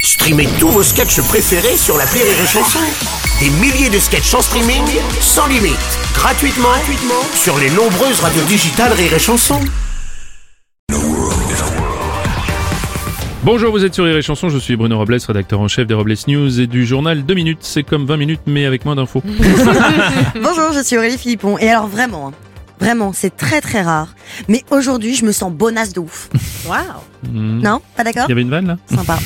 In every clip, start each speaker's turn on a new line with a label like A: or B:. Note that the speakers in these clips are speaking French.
A: Streamez tous vos sketchs préférés sur la Rire et Chanson. Des milliers de sketchs en streaming, sans limite, gratuitement, gratuitement sur les nombreuses radios digitales Rire et Chanson.
B: Bonjour, vous êtes sur Rire et Chanson, je suis Bruno Robles, rédacteur en chef des Robles News et du journal 2 minutes. C'est comme 20 minutes, mais avec moins d'infos.
C: Bonjour, je suis Aurélie Philippon. Et alors vraiment, hein, vraiment, c'est très très rare. Mais aujourd'hui, je me sens bonasse de ouf.
D: Wow.
C: Non Pas d'accord
B: Il y avait une vanne là
C: Sympa.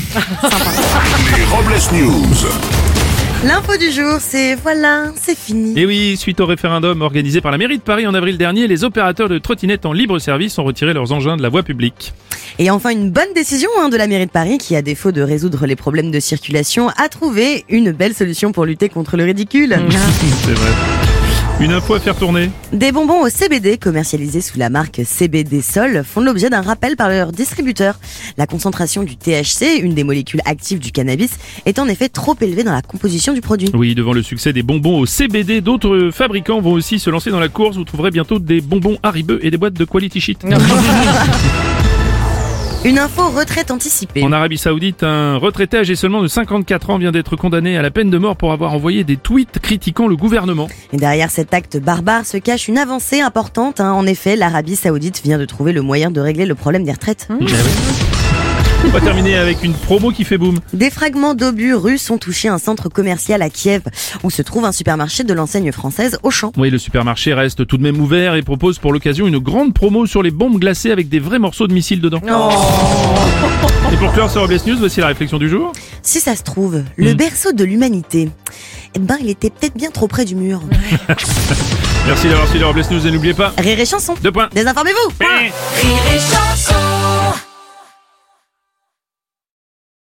A: Les Robles News.
C: L'info du jour, c'est voilà, c'est fini.
B: Et Eh oui, suite au référendum organisé par la mairie de Paris en avril dernier, les opérateurs de trottinettes en libre service ont retiré leurs engins de la voie publique.
C: Et enfin, une bonne décision hein, de la mairie de Paris qui, à défaut de résoudre les problèmes de circulation, a trouvé une belle solution pour lutter contre le ridicule.
B: C'est vrai. Une info à faire tourner.
C: Des bonbons au CBD commercialisés sous la marque CBD Sol font l'objet d'un rappel par leur distributeur. La concentration du THC, une des molécules actives du cannabis, est en effet trop élevée dans la composition du produit.
B: Oui, devant le succès des bonbons au CBD, d'autres fabricants vont aussi se lancer dans la course. Vous trouverez bientôt des bonbons haribeux et des boîtes de quality shit.
C: Une info retraite anticipée.
B: En Arabie Saoudite, un retraité âgé seulement de 54 ans vient d'être condamné à la peine de mort pour avoir envoyé des tweets critiquant le gouvernement.
C: Et derrière cet acte barbare se cache une avancée importante. hein. En effet, l'Arabie Saoudite vient de trouver le moyen de régler le problème des retraites.
B: Hein On va terminer avec une promo qui fait boom.
C: Des fragments d'obus russes ont touché un centre commercial à Kiev, où se trouve un supermarché de l'enseigne française Auchan.
B: Oui, le supermarché reste tout de même ouvert et propose pour l'occasion une grande promo sur les bombes glacées avec des vrais morceaux de missiles dedans. et pour clore ce Robles News, voici la réflexion du jour.
C: Si ça se trouve, le berceau de l'humanité, eh ben, il était peut-être bien trop près du mur.
B: Merci d'avoir suivi les Robles News et n'oubliez pas,
C: Rire et chanson.
B: deux points.
C: Désinformez-vous.
D: Rire et chanson.